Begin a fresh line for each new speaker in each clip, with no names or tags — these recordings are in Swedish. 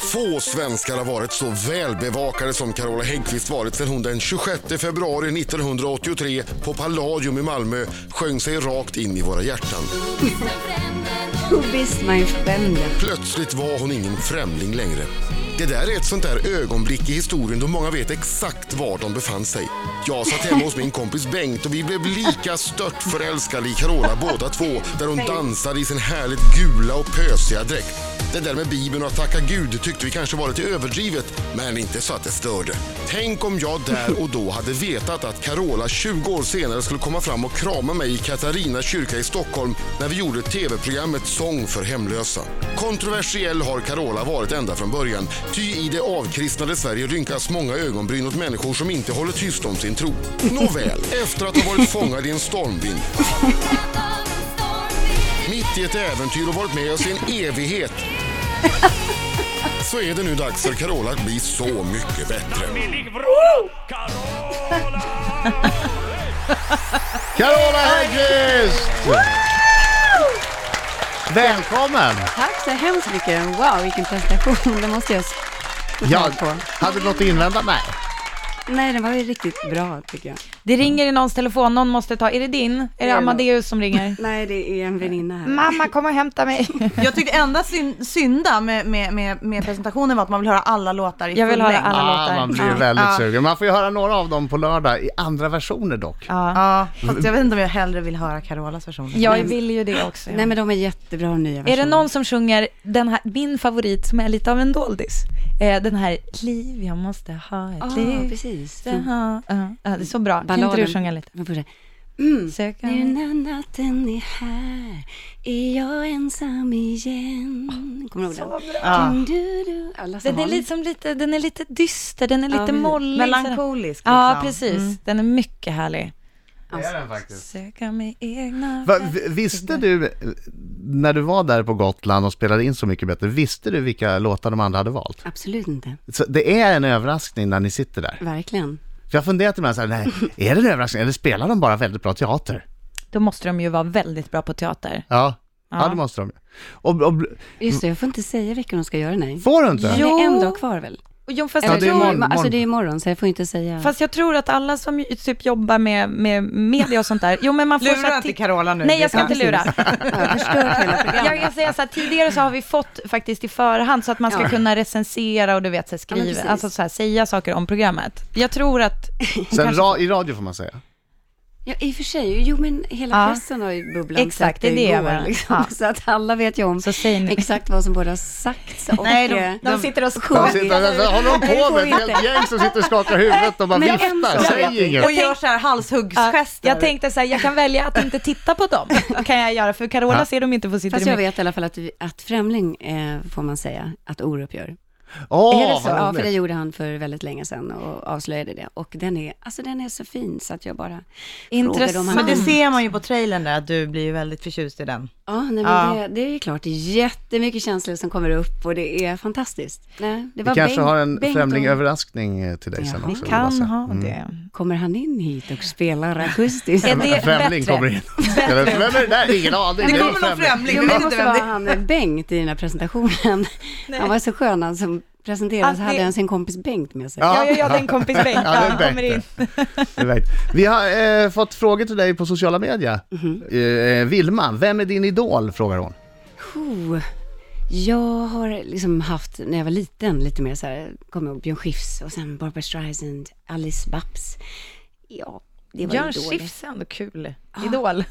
Få svenskar har varit så välbevakade som Carola Häggkvist varit sedan hon den 26 februari 1983 på Palladium i Malmö sjöng sig rakt in i våra hjärtan.
Who is my friend?
Plötsligt var hon ingen främling längre. Det där är ett sånt där ögonblick i historien då många vet exakt var de befann sig. Jag satt hemma hos min kompis Bengt och vi blev lika stört förälskade i Carola båda två där hon dansade i sin härligt gula och pösiga dräkt. Det där med Bibeln och att tacka Gud tyckte vi kanske var lite överdrivet, men inte så att det störde. Tänk om jag där och då hade vetat att Carola 20 år senare skulle komma fram och krama mig i Katarina kyrka i Stockholm när vi gjorde tv-programmet Sång för hemlösa. Kontroversiell har Carola varit ända från början, ty i det avkristnade Sverige rynkas många ögonbryn åt människor som inte håller tyst om sin tro. Nåväl, efter att ha varit fångad i en stormvind mitt i ett äventyr och varit med oss i en evighet så är det nu dags för Carola att bli så mycket bättre.
Carola Häggkvist! Välkommen!
Tack så hemskt mycket. Wow, vilken prestation. Det måste jag
Jag
snart på.
hade du något att invända? Nej.
Nej, den var ju riktigt bra tycker jag.
Det ringer i någons telefon, någon måste ta. Är det din? Är det
är
Amadeus som ringer?
Nej, det är en väninna här.
Mamma, kom och hämta mig.
Jag tyckte enda syn, synda med, med, med, med presentationen var att man vill höra alla låtar i
Jag vill
full
höra
längd.
alla
Ah,
låtar.
man blir väldigt sugen. Man får ju höra några av dem på lördag i andra versioner dock.
Ja.
Ja, fast jag vet inte om jag hellre vill höra Carolas version.
Jag vill ju det också.
Nej, men de är jättebra nya
Är det
versioner.
någon som sjunger den här, min favorit som är lite av en doldis? Eh, den här Liv, jag måste ha ett
Ja,
liv.
Ah, precis.
Det, ha, ja. Ja, det är så bra. Kan inte du sjunga lite?
Man får säga, Mm.
Söka.
Nu när natten är här är jag ensam igen. Kommer du ihåg den? Dun, du, du. Alla som
Den Ah. är,
har
lite, som lite, den är lite dyster, den är
Ja,
lite
precis.
mollig. sådär.
Melankolisk.
Ja,
liksom.
precis. Den är mycket härlig.
Det är den faktiskt.
Söka med egna...
Va, v- visste du, eh, när du var där på Gotland och spelade in Så mycket bättre, visste du vilka låtar de andra hade valt?
Absolut inte.
Så det är en överraskning när ni sitter där.
Mm.
Verkligen.
För jag funderat ibland så här, nej, är det en överraskning eller spelar de bara väldigt bra teater?
Då måste de ju vara väldigt bra på teater.
Ja, ja, det måste de ju. Och, och,
Just det, jag får inte säga vilken de ska göra, nej.
får du inte?
Det
Jo.
är en dag kvar väl?
Jo, fast,
Eller
Ja,
jag
det är
tror-
imorgon.
tror,
ma- Alltså det är imorgon, så jag får inte säga.
fast jag tror att alla som ju typ jobbar med, med media och sånt där, jo men man får så
Lura
här
inte
ti-
Carola nu.
Nej, jag ska
Ja.
inte lura.
jag har förstört hela programmet.
Jag kan säga så här, tidigare så har vi fått faktiskt i förhand så att man ska
Ja.
kunna recensera och du vet så här,
Ja, men
skriva,
precis.
alltså så här, säga saker om programmet. Jag tror att,
Sen ra, i radio får man säga.
Ja, i och för sig. Jo, men hela
Ja.
pressen har ju bubblan
Exakt,
sett
det är det jag
igår,
menar.
liksom.
Ja.
Så att alla vet ju om
så säg nu.
exakt vad som både har sagts och...
Nej, de-
eh,
De sitter och
Där sitter, där, där håller de på med ett helt gäng som sitter och skakar huvudet och bara
Men jag
viftar,
ensam vet
säg
inte.
inget.
Och gör så här halshuggsgester.
Jag tänkte så här, jag kan välja att inte titta på dem, kan jag göra, för Carola
Ja.
ser dem inte på sitt
Fast jag
rum.
vet i alla fall att, vi- att främling eh, får man säga att Orup gör.
Åh,
är det så?
vad
Ja, för det
roligt.
gjorde han för väldigt länge sedan och avslöjade det. Och den är, alltså den är så fin så att jag bara frågade om
Intressant.
han...
Men det ser man ju på trailern där, att du blir ju väldigt förtjust i den.
Ja, nej, men
Ja.
Det, det är ju klart. Det är jättemycket känslor som kommer upp och det är fantastiskt. Nej, det var
Vi kanske
Bengt-
har en
Bengt och-
främlingöverraskning eh, till dig sen
Ja,
också.
Kan
Lasse.
ha det.
Kommer han in hit och spelar akustiskt?
Är det
En främling
bättre?
kommer in. Vem är det där? Ingen aning.
Det
är en
kommer någon främling,
Jo,
vi
men det
vet inte
måste
vem det
vara
är.
han Bengt i den här presentationen. Han var så skön, han som presenterades,
Att det-
hade han sin kompis Bengt med sig.
Ja, ja, ja, den kompis Bengt,
Ja, det är
han kommer in.
Bengt. Det är Bengt. Vi har eh, fått frågor till dig på sociala medier.
Mhm.
Eh, Vilma, vem är din idol? frågar hon.
Oh, jag har liksom haft, när jag var liten, lite mer så här, kommer jag ihåg Björn Skifs och sen Barbara Streisand, Alice Babs. Ja, det var
Björn
ju dåligt.
Skifs är ändå kul, idol.
Ja,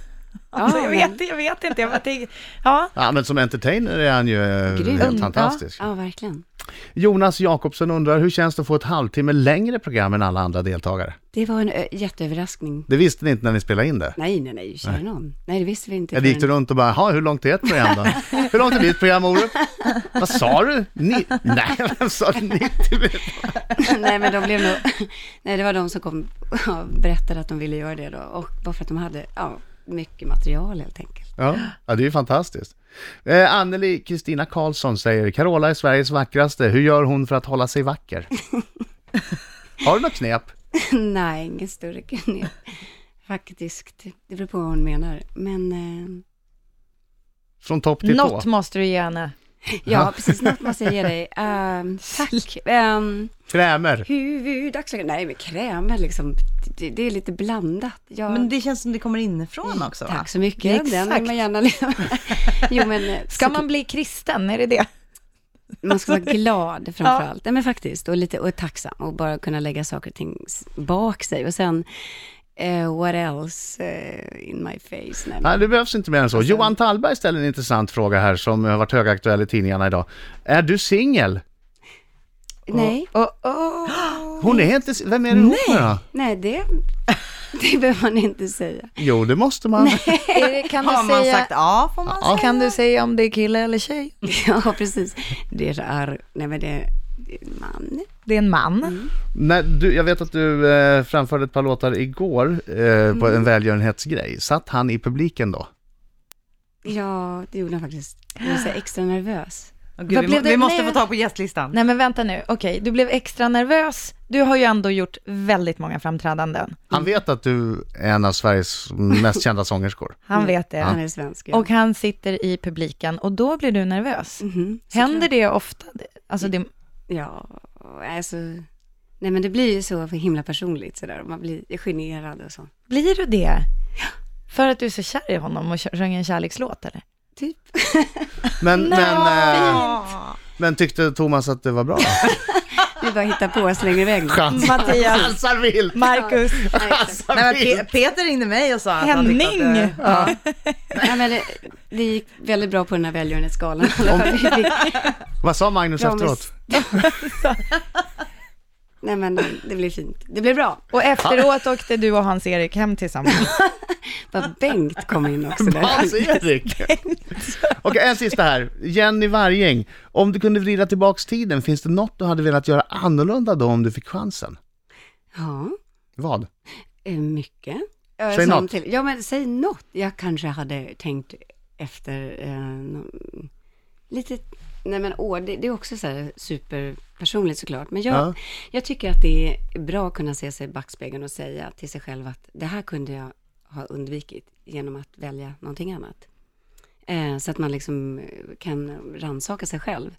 Alltså, Ah. jag,
men-
vet, jag vet inte, jag bara tänker, ja.
Ja, men som entertainer är han ju eh,
Grym.
helt
Ja.
fantastisk.
Ja, verkligen.
Jonas Jakobsen undrar, hur känns det att få ett halvtimme längre program än alla andra deltagare?
Det var en ö- jätteöverraskning.
Det visste ni inte när ni spelade in det?
Nej, nej, nej, kära någon. Nej, det visste vi inte.
Jag gick du
förrän-
runt och bara, "Jaha, hur långt är ett program då? Hur långt är ditt program, Orup? Vad sa du? Ni- Nej, vem sa du 90 minuter?
nej, men de blev nog... Nej, det var de som kom och berättade att de ville göra det då. Och bara för att de hade, ja, mycket material helt enkelt.
Ja, ja, det är ju fantastiskt. Eh, Anneli Kristina Karlsson säger, Carola är Sveriges vackraste, hur gör hon för att hålla sig vacker? Har du något knep?
Nej, ingen större knep. Faktiskt. Det beror på vad hon menar. Men eh,
Från topp till tå?
Något måste du ge henne.
Ja, precis. Något måste jag ge dig. Ehm, tack. Um,
Krämer.
Huvudaktier, nej men krämer liksom, det, det är lite blandat. Jag,
Men det känns som det kommer
Mm,
inifrån också va?
tack så mycket,
Exakt.
den vill man gärna liksom. Jo men, eh,
Ska man bli kristen, är det det?
Man ska vara glad framför allt. Nej men faktiskt, och lite och tacksam och bara kunna lägga saker och ting s- bak sig. Och sen, eh, what else eh, in my face? Nej,
Nej,
men,
det behövs inte mer än så. Johan Tallberg ställer en intressant fråga här som har varit högaktuell i tidningarna idag. Är du singel?
nej,
Oh, oh.
Hon är inte... si- Vem är du ihop med då?
nej det, det behöver man inte säga.
Jo, det måste man.
Är det, kan,
Har
du
man
säga,
sagt ja får man säga.
kan du säga om det är kille eller tjej?
Ja, precis. Det är, nej men det, det är en man.
Det är en man.
Nej, du, jag vet att du eh, framförde ett par låtar igår eh, på en välgörenhetsgrej. Satt han i publiken då?
Ja, det gjorde han faktiskt. Jag blev så här extra nervös.
Åh,
Vad
Gud, vi,
blev
må-
det?
vi måste
Nej.
få tag på gästlistan.
Nej men vänta nu, okej, du blev extra nervös. Du har ju ändå gjort väldigt många framträdanden.
Han vet att du är en av Sveriges mest kända sångerskor.
Han vet det.
Han är svensk. Ja.
Och han sitter i publiken och då blir du nervös.
Mhm, såklart.
Händer det ofta? Alltså det,
Ja, alltså. Nej men det blir ju så för himla personligt sådär. och Man blir generad och så.
blir du det? För att du är så kär i honom och kö- sjöng en kärlekslåt eller?
Typ.
Men, men, eh,
Ah.
men tyckte Thomas att det var bra?
Vi bara hittar på och slänger iväg något.
Chans.
Mattias,
Chansar vilt!
Marcus,
Nej, exakt.
Nej, men Pe- Peter ringde mig och sa att han tyckte att eh,
Henning.
det...
Ja.
Nej, men det, det gick väldigt bra på den här välgörenhetsgalan. i alla fall. Vi fick
Vad sa Magnus
bra
efteråt?
med- Nej men det blev fint. Det blev bra.
Och efteråt åkte du och Hans-Erik hem tillsammans.
Bara Bengt kom in också
Hans
där.
Erik! Okej, en sista här. Jenny Vargäng, om du kunde vrida tillbaks tiden, finns det något du hade velat göra annorlunda då om du fick chansen?
Ja,
Vad?
eh, mycket. Eh,
Säg
som
något.
Till, ja men säg något. Jag kanske hade tänkt efter eh, nå- lite, nej men år, det, det är också så här superpersonligt såklart. Men jag,
Ja.
jag tycker att det är bra att kunna se sig i backspegeln och säga till sig själv att det här kunde jag ha undvikit genom att välja någonting annat. Eh, så att man liksom eh, kan ransaka sig själv.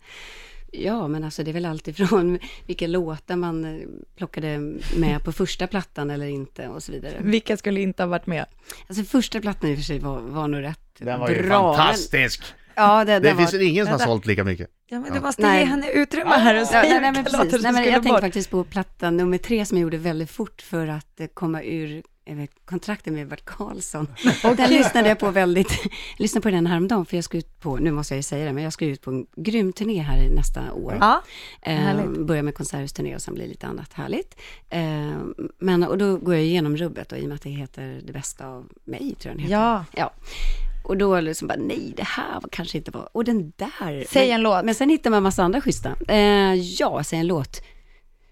Ja, men alltså det är väl alltifrån vilka låtar man eh, plockade med på första plattan eller inte och så vidare.
Vilka skulle inte ha varit med?
Alltså första plattan i och för sig var, var nog rätt
Den var
bra.
ju
men-
fantastisk!
Ja, det,
Det
den var-
finns väl ingen som har
den-
sålt lika mycket?
Ja men du måste
Nej.
ge henne utrymme här och
Ja,
säga
nej, nej, men
vilka låtar
precis. Nej,
som
men jag
skulle
tänkte
bort.
faktiskt på platta nummer tre som jag gjorde väldigt fort för att eh, komma ur jag vet, kontrakten med Bert Karlsson. Den lyssnade jag på väldigt, jag lyssnade på den häromdagen för jag ska ut på, nu måste jag ju säga det, men jag ska ut på en grym turné här i nästa år.
Ja.
Ehm, börja med konserthusturné och sen blir lite annat härligt. Ehm, men, och då går jag igenom rubbet och i och med att det heter Det bästa av mig, tror jag den heter.
Ja.
ja. Och då liksom bara, nej, det här var kanske inte var, och den där.
Säg
Men-
en låt.
Men sen hittar man massa andra schyssta. Eh, ja, säg en låt.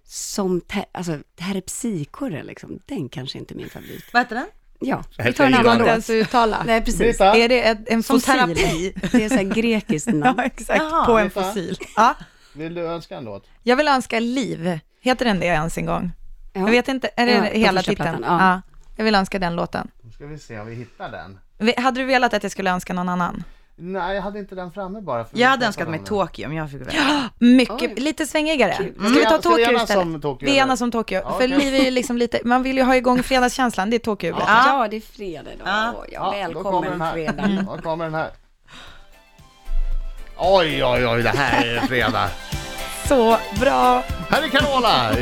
Som, te- alltså, det här är psykorre liksom. Den kanske inte är min favorit.
Vad heter den?
Ja, vi
Helt
tar en
enkelt.
annan
Inte
låt.
ens uttala.
Nej, precis.
Britta?
Är det ett, en
Som
fossil?
terapi.
Det är så här grekiskt namn.
Ja, exakt.
Jaha,
på en
vet jag.
fossil. Ja.
Vill du önska en låt?
Jag vill önska Liv. Heter den det ens en gång?
Ja.
Jag vet inte, är det
Ja, på
hela
första
titeln?
plattan, ja.
Jag vill önska den låten.
Då ska vi se om vi hittar den.
Vi- Hade du velat att jag skulle önska någon annan?
Nej, jag hade inte den framme bara. För
Jag hade önskat mig Tokyo om jag fick välja.
Mycket,
Oj.
lite svängigare. Ska
Ska
vi ta
vi- ska vi
Tokyo
enas
istället?
om Tokyo,
vi
eller?
enas som Tokyo.
Ja,
För
okej.
liv är ju liksom lite, man vill ju ha igång fredagskänslan, det är Tokyo. vet du.
Ja, det är fredag då. Ja, välkommen fredag.
Mm. Då kommer den här. Oj, oj, oj, det här är fredag.
Så bra.
Här är Carola!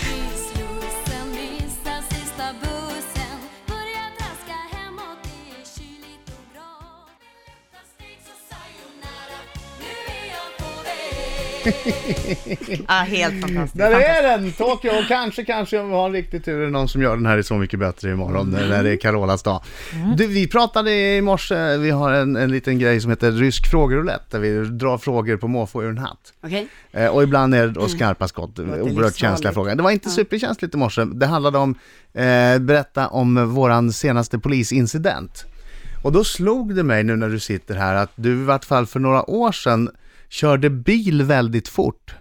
Slussen, missar sista bussen Börjar traska hemåt, det är kyligt och grått Utan steg så sayonara, nu är jag på väg
Ah, helt fantastiskt.
Där är den! Tokyo och kanske, kanske om vi har en riktig tur är det någon som gör den här i Så mycket bättre imorgon när- när det är Carolas dag. Du, vi pratade i morse, vi har en, en liten grej som heter Rysk frågeroulette där vi drar frågor på måfå ur en hatt.
Okej?
Eh, Och ibland är det då skarpa skott, oerhört
livsfarligt.
känsliga frågor. Det var inte superkänsligt i morse. Det handlade om, eh, berätta om våran senaste polisincident. Och då slog det mig nu när du sitter här att du i vart fall för några år sedan körde bil väldigt fort.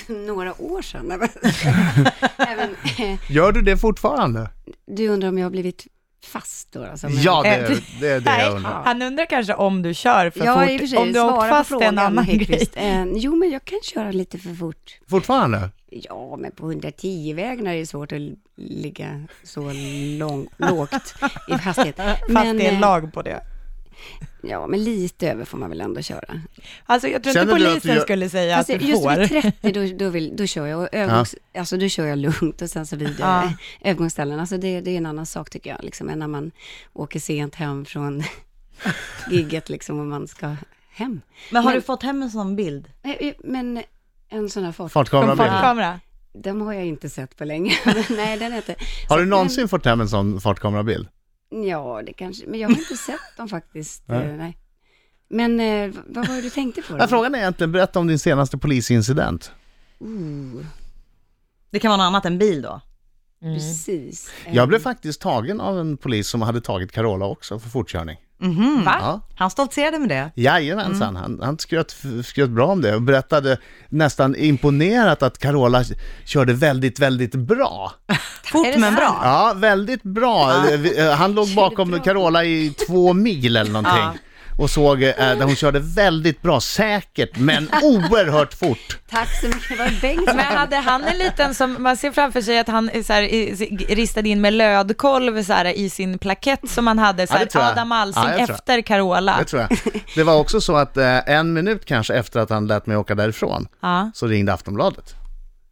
Några år sedan. Nej, men- Även, eh,
Gör du det fortfarande?
du undrar om jag har blivit fast då? Alltså, men-
Ja, det,
Eh,
är- det är det jag
Nej,
undrar.
han undrar kanske om du kör för
Eh, Ja, i och för
fort,
sig,
om du har åkt
svara på
fast är
frågan,
en annan grej.
Hedqvist. Eh, jo, men jag kan köra lite för fort.
Fortfarande?
Ja, men på 110-väg när det är svårt att l- ligga så lång, lågt i hastighet.
Fast
Men,
det är
eh,
lag på det.
Ja, men lite över får man väl ändå köra.
Alltså jag tror inte
Känner du att du
polisen
gör-
skulle säga att
Fast
du
just
får.
vid 30, då, då, vill, då kör jag och övergångs, alltså, då kör jag lugnt och sen så vidare. Övergångsställen, alltså det, det är en annan sak tycker jag, liksom, än när man åker sent hem från gigget liksom, och man ska hem.
Men har
Men-
du fått hem en sån bild?
Eh, eh, Men en sån här fart,
Fartkamera
Från
bredvid.
fartkamera.
den har jag inte sett på länge. Men nej, den är inte.
Har du någonsin fått hem en sån fartkamerabild?
Ja, det kanske, men jag har inte sett dem faktiskt. eh,
Nej.
Nej. Men eh, v- vad var det du tänkte på?
Ja,
då?
frågan är egentligen, berätta om din senaste polisincident.
Oh,
Det kan vara något annat än bil då?
precis. Eh,
Jag blev faktiskt tagen av en polis som hade tagit Carola också för fortkörning.
Mhm.
Va?
Mm, Ja.
Han stoltserade med det.
Jajamensan, han, han skröt, f- skröt bra om det och berättade nästan imponerat att Carola körde väldigt, väldigt bra.
Fort
det
men bra.
Ja, väldigt bra. Eh, vi- eh, Han låg bakom Carola i två mil eller någonting. Och såg eh, där hon körde väldigt bra, säkert, men oerhört fort.
Tack så mycket. Var det Bengt som
Men hade han en liten som, man ser framför sig att han är så här, i- si- ristade in med lödkolv så här, i sin plakett som han hade, så
Ja, det
här,
tror jag.
Adam Alsing
Ja, jag tror jag.
efter Carola.
Det tror jag. Det var också så att eh, en minut kanske efter att han lät mig åka därifrån,
Ja.
så ringde Aftonbladet.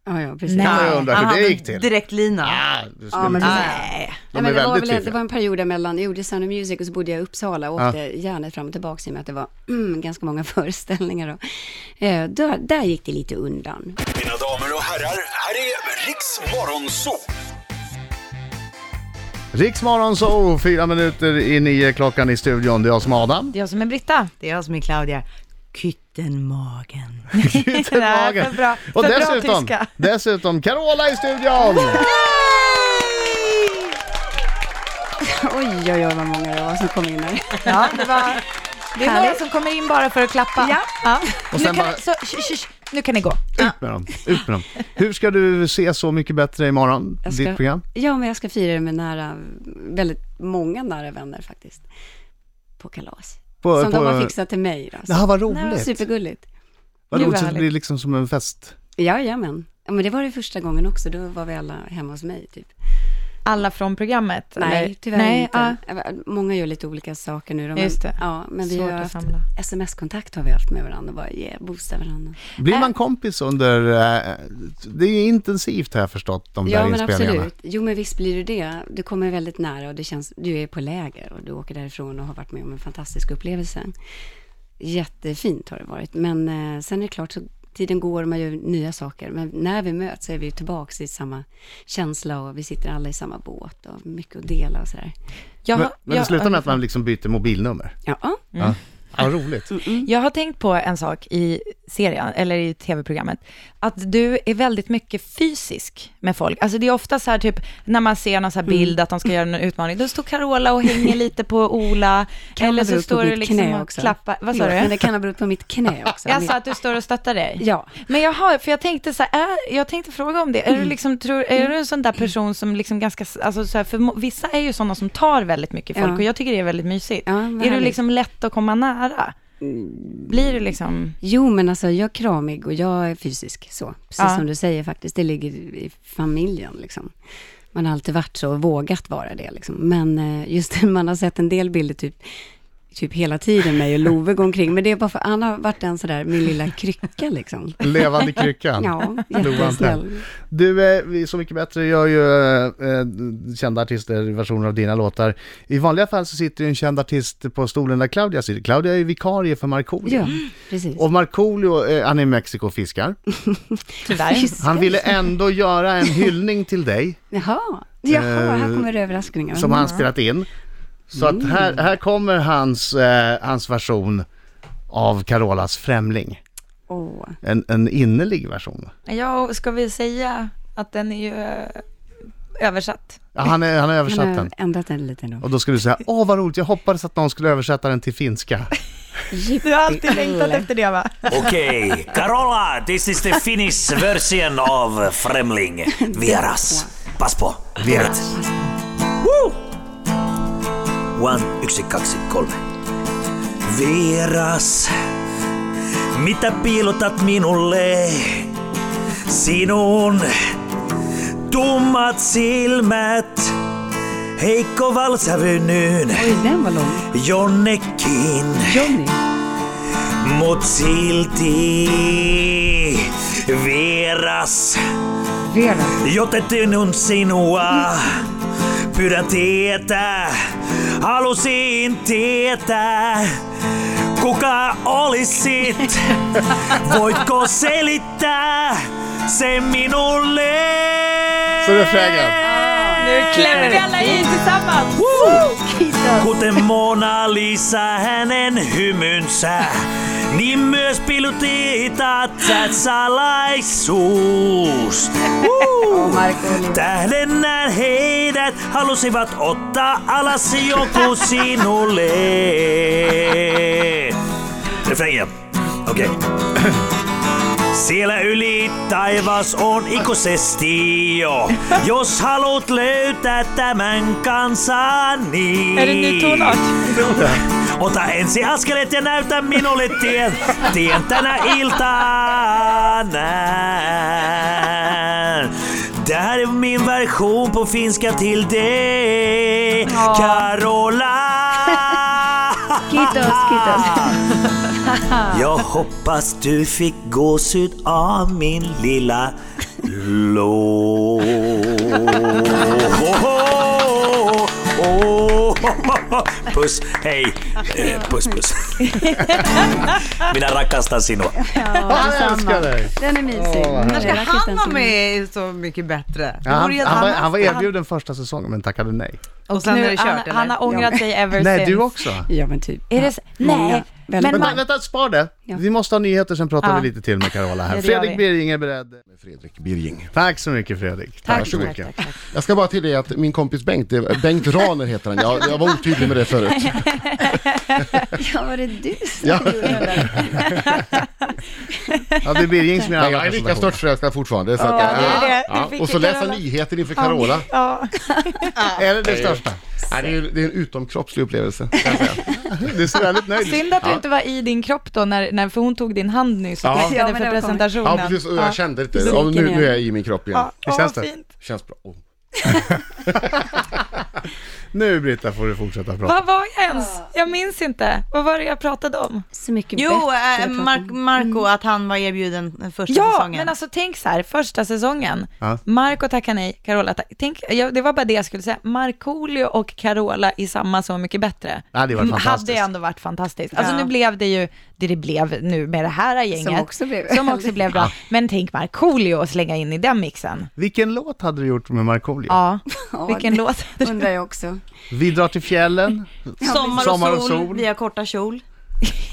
Ja, ja, precis.
Nej.
Ja, Jag undrar
Han
hur
hade
det gick till.
direkt lina.
Ah, du skulle-
Ja, men precis.
Nej.
Nej,
De är
men det, var
väldigt
väl, det
tydliga.
var en period mellan, jag gjorde Sound of Music och så bodde jag i Uppsala och åkte järnet fram och tillbaka i och med att det var mm, ganska många föreställningar. Då. Eh, då, där gick det lite undan.
Mina damer och herrar, här är Riks Morgonzoo!
Riksmorgon så fyra minuter i nio klockan i studion. Det är jag som är Adam.
Det är jag som är Britta.
Det är jag som är Claudia. Kyttenmagen.
Ut med
Nej,
magen.
för bra-
Och
för bra
dessutom,
tyska.
dessutom Carola i studion!
Oj, oj, oj vad många det var som kom in här.
Ja, det, var, det är några
Härligt.
som kommer in bara för att klappa. Ja.
Och
Nu,
sen
kan,
bara-
så, sh, sh, sh, nu kan ni gå.
Ut med dem, ut med dem. Hur ska du se Så mycket bättre imorgon,
Jag ska-
ditt program?
Ja, men jag ska fira det med nära, väldigt många nära vänner faktiskt. På kalas.
På,
som
på,
de har fixat till mig. Då.
Det här var
Nej,
roligt.
supergulligt.
Vad
Gud,
roligt,
vad
så det blir
härligt.
liksom som en fest.
Jajamän. Ja, men det var det första gången också, då var vi alla hemma hos mig typ.
Alla från programmet? eller?
Nej, tyvärr
Nej,
inte. Äh, Många gör lite olika saker nu. då, Men,
Just det.
Ja, men vi
Svårt
har
att
haft
samla.
sms-kontakt har vi haft med varandra och bara yeah, boostar varandra.
Blir
Äh.
man kompis under... eh, Det är ju intensivt har jag förstått, de
Ja,
där
men
inspelningarna.
absolut. Jo, men visst blir du det. Du kommer väldigt nära och det känns, du är på läger och du åker därifrån och har varit med om en fantastisk upplevelse. Jättefint har det varit, men eh, sen är det klart så tiden går och man gör nya saker. Men när vi möts så är vi ju tillbaka i samma känsla och vi sitter alla i samma båt och mycket att dela och sådär.
Jag,
Men,
har-
men det
jag-
slutar med att man liksom byter mobilnummer.
Ja,
Ja. Ja, vad roligt.
Jag har tänkt på en sak i serien, eller i tv-programmet, att du är väldigt mycket fysisk med folk. Alltså det är ofta så här typ, när man ser någon så här bild att de ska göra en utmaning, då står Carola och hänger lite på Ola,
Kan
eller
det bero
så
på
står du
mitt
liksom
knä
och
också?
klappar. Vad sa
Men det
du?
kan ha berott på mitt knä också.
Jag sa att du står och stöttar dig.
Ja.
Men jag har, för jag tänkte så här, är, jag tänkte fråga om det. Är du liksom, tror, är du en sån där person som liksom ganska, alltså så här, för må- vissa är ju sådana som tar väldigt mycket folk
Ja.
och jag tycker det är väldigt mysigt.
Ja, vad
är du
härligt.
liksom lätt att komma nära? Blir du liksom...
Jo, men alltså jag är kramig och jag är fysisk så. Precis
Ja.
som du säger faktiskt, det ligger i familjen liksom. Man har alltid varit så och vågat vara det liksom. Men eh, just det, man har sett en del bilder typ, typ hela tiden mig och Love gå omkring. Men det är bara för han har varit en sådär, min lilla krycka liksom.
Levande kryckan.
Ja,
Love
jättesnäll.
Du, eh, vi är Så Mycket Bättre gör ju eh, eh, kända artister i versioner av dina låtar. I vanliga fall så sitter ju en känd artist på stolen där Claudia sitter. Claudia är ju vikarie för Markoolio.
Ja, precis.
Och Markoolio, eh, han är i Mexiko och fiskar.
Tyvärr.
Fysisk.
Han ville ändå göra en hyllning till dig
Jaha, Jaha här kommer överraskningar.
Eh, som han spelat in. Så att här, här kommer hans, eh, hans version av Carolas Främling.
Åh.
En, en innerlig version.
Ja, och ska vi säga att den är ju eh, översatt?
Ja, han, är, han
Han
har översatt
har
den.
ändrat den lite nu.
Och då skulle du säga, åh vad roligt, jag hoppades att någon skulle översätta den till finska.
Du har alltid längtat efter det va?
Okej, Carola, this is the Finnish version of Främling. Vieras. Pass på. Vieras. Woo! One, yksi, kaksi, kolme. Vieras, mitä piilotat minulle? Sinun tummat silmät, heikko valsavynnyn
Oj, den var lång.
jonnekin.
Johnny.
Mut silti vieras,
Vera.
jotetynun sinua. Pyydän tietää, halusin tietää, kuka olisit. Voitko selittää se minulle?
Så refrängen.
Nu klämmer vi alla i tillsammans.
Kuten Mona Lisa hänen hymynsä, niin myös pilutetat sä salaisuus. Woo! Tähdennään heidät halusivat ottaa alas joku sinulle. Refrängiä. Okei. Okay. Siellä yli taivas on ikuisesti jo. Jos haluat löytää tämän kansan, niin...
Är det ny tonart?
Ota ensi askelet ja näytä minulle tien, tien tänä iltana. Det här är min version på finska till dig, Carola.
Kiitos, kiitos.
Jag hoppas du fick gåshud av min lilla låt. Puss, hej! Eh, Puss, puss. Mina rackastar sinua.
Han älskar dig.
Den är mysig.
När ska
Hela
han vara
Kristensen.
med i Så mycket bättre?
Ja,
Det
han,
vore helt
han, var,
annat.
han var erbjuden första säsongen men tackade nej.
Och sen
nu,
är det kört
han,
eller?
han har ångrat sig ever
Nej,
since.
du också.
Ja, men typ.
Är det, s-
Många.
nej,
Väldigt
men
många.
Vänta,
man,
vänta, spar det.
Ja.
Vi måste ha nyheter, sen pratar
Ja.
vi lite till med Carola här.
Ja, det gör
Fredrik
vi.
Bering är beredd.
Fredrik Birging.
Tack så mycket Fredrik.
tack,
så
tack,
mycket.
tack, tack.
Jag ska bara tillägga att min kompis Bengt, det är Bengt Raner heter han. Jag, jag var otydlig med det förut.
Ja, var det du som
Ja.
gjorde den där?
Ja, det är Birging som gör
Nej,
alla
jag är lika
presentationer.
stört förälskad fortfarande. Så att,
Ja, det är det.
Ja,
Vi fick
Och så
ju
läsa
Carola.
nyheter inför Carola.
Ja.
Är det det största?
Nej, det, är, ju- det är en utomkroppslig upplevelse.
Du ser väldigt nöjd ut.
Synd att du inte var i din kropp då, när, när, för hon tog din hand nyss och
Ja.
tackade
Ja, men det
för
har kommit.
presentationen.
Ja, precis. Och jag kände inte. Ja,
Sviken
nu, nu är
igen.
jag i min kropp igen.
Ja,
Hur
ja,
känns
känns
det?
fint.
Känns bra. Oh.
Nu Britta får du fortsätta prata.
Vad var jag ens? Jag minns inte. Vad var det jag pratade om?
Så mycket
Jo,
bättre.
äh, Mar- Marco, att han var erbjuden första
eh, Mm. Ja,
säsongen.
men alltså tänk så här, första säsongen.
Ja.
Marco tackar nej, Carola tack, tänk, ja, Det var bara det jag skulle säga. Markoolio och Carola i samma Så mycket bättre.
Ja, det var
Mm,
fantastiskt.
Hade ändå varit fantastiskt. Alltså
Ja.
nu blev det ju det det blev nu med det här gänget.
Som också blev
Som också blev bra. Men tänk Markoolio och slänga in i den mixen.
Vilken låt hade du gjort med Markoolio?
Ja,
Ja,
vilken
det-
låt.
Undrar jag också.
Vi drar till fjällen.
alltså-
Sommar, och
Sommar och
sol,
sol.
via korta kjol.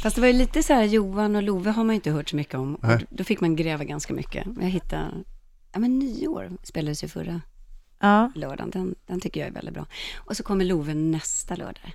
Fast det var ju lite så här, Johan och Love har man ju inte hört så mycket om. Och Då fick man gräva ganska mycket. Men Jag hittade, ja men nyår spelades ju förra
Ja.
lördagen. Den, den tycker jag är väldigt bra. Och så kommer Love nästa lördag.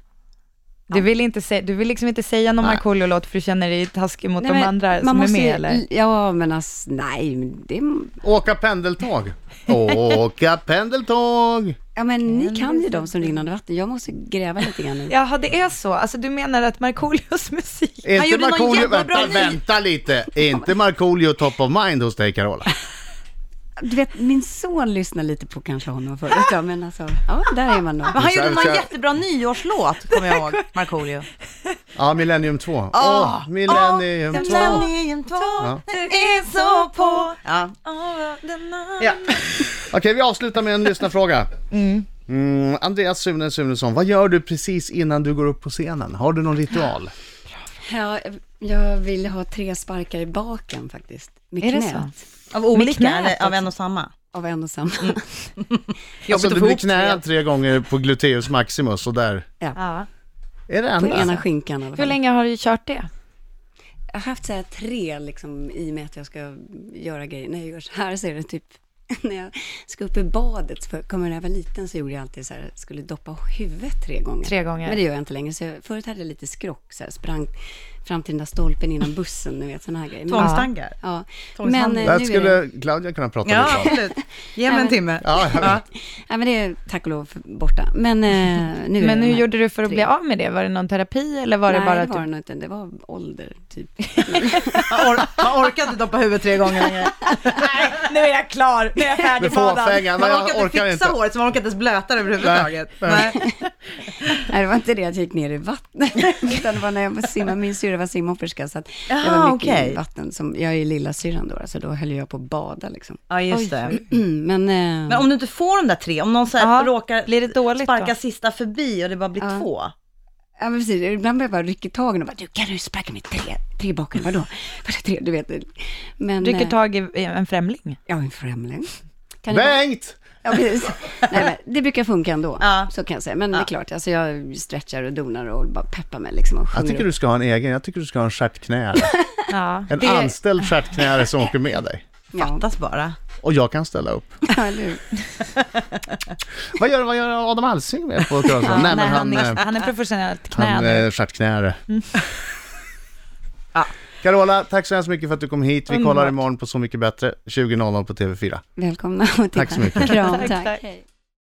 Du, vill inte sä- du vill liksom inte säga någon Markoolio-låt för du känner dig taskig mot de
men
andra
man
som är
måste ju-
med eller?
Ja, men alltså, nej, men det...
Åka pendeltåg. Åka pendeltåg.
Ja, men ni kan ju de som rinnande vatten. Jag måste gräva lite grann. nu.
Jaha, det är så. Alltså du menar att Markoolios musik
Är inte
gjorde någon
Markoolio,
jättebra
vänta,
ny-
vänta lite. Är inte Markoolio top of mind hos dig Carola?
Du vet, min son lyssnar lite på kanske honom förut, ja, men alltså, ja, där är man nog.
Men han
Så här,
gjorde
så
någon
här-
jättebra nyårslåt, kommer jag ihåg, Markoolio.
Ja, Millennium 2. Åh, Millennium 2.
Ah. Millennium 2, du är så på. Ja. Ja.
Okej, vi avslutar med en lyssnarfråga. Mm, Andreas Sune Sunesson, vad gör du precis innan du går upp på scenen? Har du någon ritual?
Ja, jag vill ha tre sparkar i baken faktiskt. Med
Är det
knät.
Av
Med
olika,
knät
eller av
också.
en och samma?
Av en och samma.
Alltså,
att
du
få
blir
ihop
knäad tre gånger på gluteus maximus och där
Ja.
är det
På
enda.
ena skinkan i alla
Hur
fall.
länge har du kört det?
Jag har haft så här tre liksom, i och med att jag ska göra grejer. När jag gör så här så är det typ när jag ska upp i badet, för kommer jag när jag var liten så gjorde jag alltid så här, skulle doppa huvudet tre gånger.
Tre gånger.
Men det gör jag inte längre, så jag, förut hade jag lite skrock, så här, sprang fram till den där stolpen innan bussen, ni vet sådana här grejer. Men-
Tvångstankar.
Ja, men
Tvångshandel.
eh,
Där
nu är det,
skulle Claudia kunna prata
Ja,
lite om.
absolut. Ge mig en timme.
Ja, jag vet.
nej, men det är tack och lov borta. Men eh, nu är
Men
det
hur
de här
gjorde du för att
tre.
bli av med det? Var det någon terapi eller var det
Nej,
bara
det
att
var
du...
det nog inte. Det var ålder, typ.
Man, or- man orkar inte doppa huvudet tre gånger längre.
Nej, nu är jag klar, nu är jag
Det är
färdigbadad.
fåfänga, men
Man
jag
orkar inte
orkar
fixa
inte.
håret, så man orkar inte ens blöta det överhuvudtaget. Nej.
Nej, det var inte det att jag gick ner i vattnet, utan det var när jag var simma. Min syrra var simhopperska, så att jag
Jaha,
var mycket
okej.
i vatten. Som, jag är ju lilla syrran då, så då höll jag på att bada liksom.
Ja, just det.
Men, eh,
Men om du inte får de där tre, om någon så här
Ja,
råkar
blir det dåligt
sparka
då?
sista förbi och det bara blir
Ja.
två.
ja, men precis, ibland blir jag bara rycka tag i den och bara, du kan du sparka mig tre, tre bakom, vadå? Vadå tre, du vet. Men,
Rycker
eh,
tag i i en främling.
Ja, en främling. Kan jag-
Bengt!
Ja, precis. Nej, men det brukar funka ändå,
Ja.
så kan jag säga. Men det är klart, alltså jag stretchar och donar och bara peppar mig liksom och
Jag
sjunger
tycker
upp.
du ska ha en egen, jag tycker du ska ha en stjärtknäare.
Ja,
En anställd stjärtknäare som åker med dig.
Ja,
Fattas bara.
Och jag kan ställa upp.
ja, eller hur?
Vad gör, vad gör Adam Alsing med på Kurasund? Nej men han,
är,
eh,
han är professionellt knä
han eh,
nu.
är stjärtknäare. Ja. Carola, tack så hemskt mycket för att du kom hit. Vi kollar imorgon på Så mycket bättre, 20.00 på TV4.
Välkomna och titta.
Tack så mycket.
Kram,
Tack,
tack.
tack.
Hej.